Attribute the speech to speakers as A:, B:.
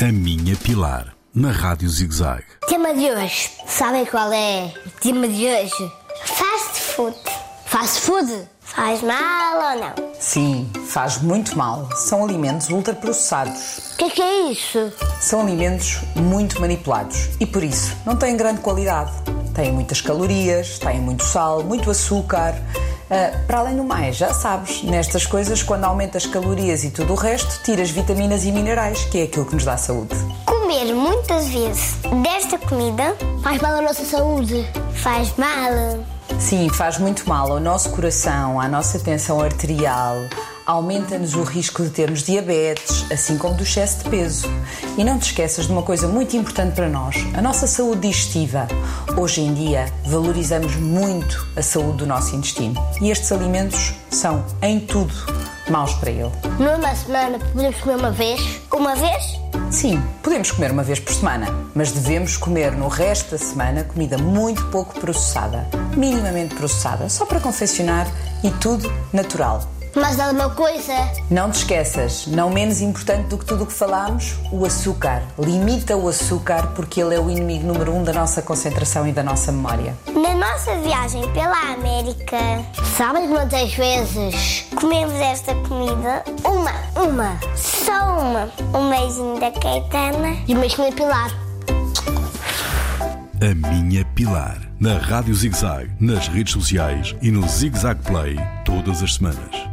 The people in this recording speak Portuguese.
A: A Minha Pilar, na Rádio ZigZag.
B: Tema de hoje. Sabem qual é o tema de hoje? Fast food. Fast food? Faz mal ou não?
C: Sim, faz muito mal. São alimentos ultraprocessados.
B: O que é que é isso?
C: São alimentos muito manipulados e por isso não têm grande qualidade. Têm muitas calorias, têm muito sal, muito açúcar. Ah, para além do mais, já sabes, nestas coisas, quando aumentas calorias e tudo o resto, tiras vitaminas e minerais, que é aquilo que nos dá saúde.
B: Comer muitas vezes desta comida faz mal à nossa saúde. Faz mal.
C: Sim, faz muito mal ao nosso coração, à nossa tensão arterial, aumenta-nos o risco de termos diabetes, assim como do excesso de peso. E não te esqueças de uma coisa muito importante para nós, a nossa saúde digestiva. Hoje em dia valorizamos muito a saúde do nosso intestino e estes alimentos são, em tudo, maus para ele.
B: Numa semana podemos comer uma vez? Uma vez?
C: Sim, podemos comer uma vez por semana, mas devemos comer no resto da semana comida muito pouco processada, minimamente processada, só para confeccionar e tudo natural.
B: Mas alguma coisa?
C: Não te esqueças, não menos importante do que tudo o que falámos, o açúcar. Limita o açúcar porque ele é o inimigo número um da nossa concentração e da nossa memória.
B: Na nossa viagem pela América, sabem quantas vezes comemos esta comida? Uma, uma, só uma. Um beijinho da Caetana e uma comida Pilar.
A: A Minha Pilar, na Rádio ZigZag, nas redes sociais e no ZigZag Play, todas as semanas.